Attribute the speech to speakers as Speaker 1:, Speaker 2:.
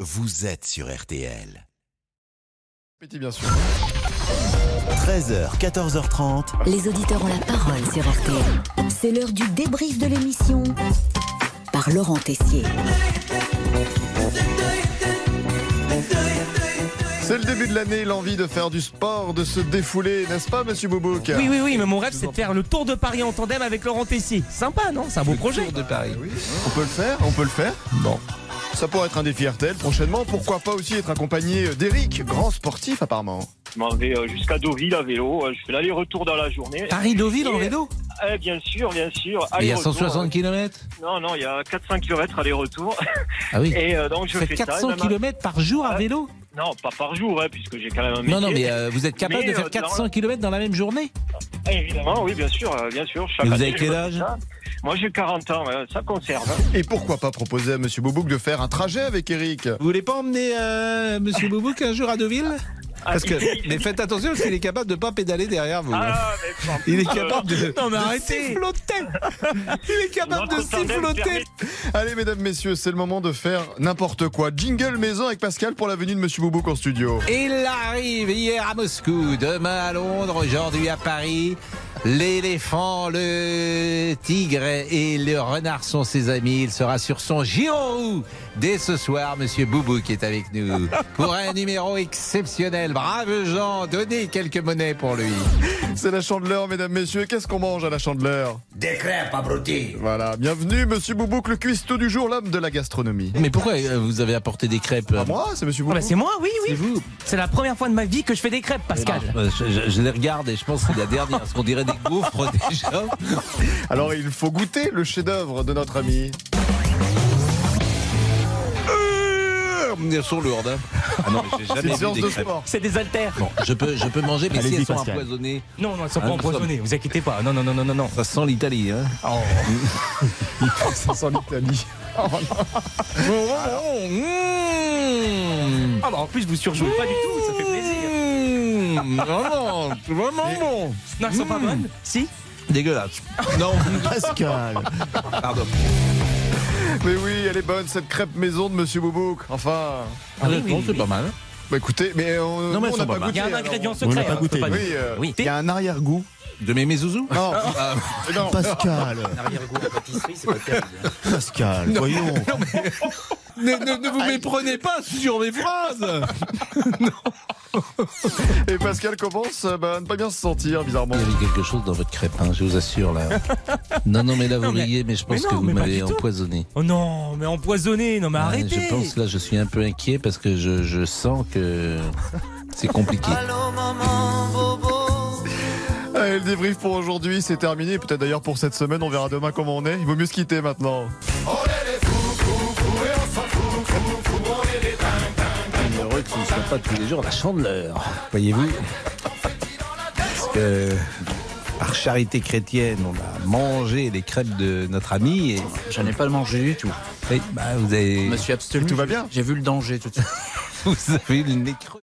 Speaker 1: vous êtes sur RTL.
Speaker 2: Petit bien sûr.
Speaker 1: 13h, 14h30.
Speaker 3: Les auditeurs ont la parole sur RTL. C'est l'heure du débrief de l'émission par Laurent Tessier.
Speaker 2: C'est le début de l'année, l'envie de faire du sport, de se défouler, n'est-ce pas, monsieur Boubouk
Speaker 4: Oui, oui, oui, mais mon rêve, c'est de faire le tour de Paris en tandem avec Laurent Tessier. Sympa, non C'est un beau projet. Ah
Speaker 5: de Paris.
Speaker 2: On peut le faire, on peut le faire.
Speaker 5: Bon.
Speaker 2: Ça pourrait être un défi RTL prochainement. Pourquoi pas aussi être accompagné d'Eric, grand sportif apparemment.
Speaker 6: Je m'en vais euh, jusqu'à Deauville à vélo. Euh, Je fais l'aller-retour dans la journée.
Speaker 5: Paris-Deauville en vélo
Speaker 6: Eh, bien sûr, bien sûr.
Speaker 5: Mais Il y a
Speaker 6: aller-retour. euh,
Speaker 5: 160 km
Speaker 6: Non, non, il y a 400 km aller-retour.
Speaker 5: Ah oui.
Speaker 6: Et euh, donc je
Speaker 5: Vous faites
Speaker 6: fais
Speaker 5: 400
Speaker 6: ça. et même-
Speaker 5: km par jour à vélo
Speaker 6: Non, pas par jour, hein, puisque j'ai quand même un métier.
Speaker 5: Non, non, mais euh, vous êtes capable
Speaker 6: Mais,
Speaker 5: de faire
Speaker 6: euh,
Speaker 5: 400 km dans la même journée
Speaker 6: Eh, Évidemment, oui, bien sûr, euh, bien sûr. Chaque
Speaker 5: Mais vous
Speaker 6: année,
Speaker 5: avez
Speaker 6: je
Speaker 5: quel
Speaker 6: me fais
Speaker 5: âge
Speaker 6: ça. Moi, j'ai 40 ans. hein, Ça conserve. hein.
Speaker 2: Et pourquoi pas proposer à monsieur Boubouk de faire un trajet avec Eric
Speaker 5: Vous voulez pas emmener euh, Monsieur Boubouk un jour à Deauville Parce
Speaker 6: Ah, il-
Speaker 5: que, mais faites attention parce qu'il est capable de pas pédaler derrière vous. hein.
Speaker 6: Ah, mais bon,
Speaker 5: Il est
Speaker 6: euh,
Speaker 5: capable de,
Speaker 4: Non, mais
Speaker 5: de
Speaker 4: arrêtez.
Speaker 5: siffloter. Il est capable de
Speaker 6: notre tandem
Speaker 5: siffloter.
Speaker 6: permet-
Speaker 2: Allez, mesdames, messieurs, c'est le moment de faire n'importe quoi. Jingle maison avec Pascal pour la venue de monsieur Boubouk en studio.
Speaker 5: Il arrive hier à Moscou, demain à Londres, aujourd'hui à Paris. L'éléphant, le tigre et le renard sont ses amis. Il sera sur son gyro dès ce soir. Monsieur Boubou qui est avec nous pour un numéro exceptionnel. Brave Jean, donnez quelques monnaies pour lui.
Speaker 2: C'est la chandeleur, mesdames, messieurs. Qu'est-ce qu'on mange à la chandeleur
Speaker 7: Des crêpes, abruti
Speaker 2: Voilà, bienvenue, monsieur Boubouk, le cuistot du jour, l'homme de la gastronomie.
Speaker 5: Mais pourquoi euh, vous avez apporté des crêpes euh,
Speaker 2: Pas moi, c'est monsieur
Speaker 4: Ah
Speaker 2: Boubouk.
Speaker 4: bah, c'est moi, oui, oui.
Speaker 5: vous
Speaker 4: C'est la première fois de ma vie que je fais des crêpes, Pascal.
Speaker 5: euh, je, les regarde et je pense que c'est la dernière, parce qu'on dirait des gouffres déjà.
Speaker 2: Alors, il faut goûter le chef-d'œuvre de notre ami.
Speaker 5: Elles sont lourdes. Ah non, mais j'ai
Speaker 2: hein. C'est une séance de sport.
Speaker 4: C'est des haltères.
Speaker 5: Bon, je peux, je peux manger, mais si elles sont empoisonnées,
Speaker 4: Non, non, ils sont
Speaker 5: Ah,
Speaker 4: pas
Speaker 5: nous
Speaker 4: empoisonnés, vous inquiétez pas. Non, non, non, non, non, non.
Speaker 5: ça sent l'Italie. Hein
Speaker 2: Ah, Ça sent l'Italie.
Speaker 5: Mmh. hmm.
Speaker 4: Ah bah en plus, vous surjouez pas du tout, ça fait plaisir.
Speaker 5: Mmh. Vraiment, c'est vraiment bon.
Speaker 4: Non, elles sont pas
Speaker 5: Mmh.
Speaker 4: bonnes. Si
Speaker 5: Dégueulasse. Non,
Speaker 2: Pascal.
Speaker 5: pardon.
Speaker 2: Mais oui, elle est bonne cette crêpe maison de Monsieur Boubouk. Enfin,
Speaker 4: Ah oui, oui,
Speaker 5: Honnêtement,
Speaker 4: oui,
Speaker 5: c'est
Speaker 4: oui.
Speaker 5: pas mal.
Speaker 2: bah écoutez, mais on
Speaker 5: Non, mais
Speaker 2: nous, on
Speaker 5: elles
Speaker 2: n'a
Speaker 5: sont
Speaker 2: pas
Speaker 5: pas mal.
Speaker 2: goûté.
Speaker 4: Il y a un
Speaker 2: alors.
Speaker 4: ingrédient
Speaker 2: Oui,
Speaker 4: secret. hein.
Speaker 8: pas
Speaker 4: on
Speaker 8: goûté.
Speaker 4: peut
Speaker 2: Oui, euh,
Speaker 4: Oui.
Speaker 8: Il y a un arrière-goût.
Speaker 5: De mes mes zouzous
Speaker 2: Non,
Speaker 5: Ah,
Speaker 2: non.
Speaker 8: Pascal,
Speaker 7: Arrière-goût à pâtisserie, c'est pas terrible.
Speaker 8: Pascal, voyons.
Speaker 5: ne, ne- ne vous méprenez pas sur mes phrases.
Speaker 2: Et Pascal commence euh, bah, à ne pas bien se sentir, bizarrement.
Speaker 5: Il y avait quelque chose dans votre crêpe, hein, je vous assure là. Non, non, mais là vous
Speaker 4: Non, mais-
Speaker 5: riez, mais je pense
Speaker 4: mais non,
Speaker 5: que vous
Speaker 4: mais pas
Speaker 5: m'avez
Speaker 4: du tout.
Speaker 5: empoisonné.
Speaker 4: Oh non, mais empoisonné, non, mais
Speaker 5: Ah,
Speaker 4: arrêtez.
Speaker 5: Je pense là, je suis un peu inquiet parce que je, je sens que c'est compliqué.
Speaker 2: Allez, Ah, le débrief pour aujourd'hui, c'est terminé. Peut-être d'ailleurs pour cette semaine, on verra demain comment on est. Il vaut mieux se quitter maintenant.
Speaker 5: Heureux que ce ne soit pas tous les jours la chandeleur. Voyez-vous Parce que par charité chrétienne, on a mangé les crêpes de notre ami et.
Speaker 7: J'en ai pas mangé du tout.
Speaker 5: et, bah, vous avez,
Speaker 7: Je me suis abstenu.
Speaker 2: Tout va bien
Speaker 7: J'ai vu le danger tout de suite.
Speaker 5: vous avez eu le nez creux.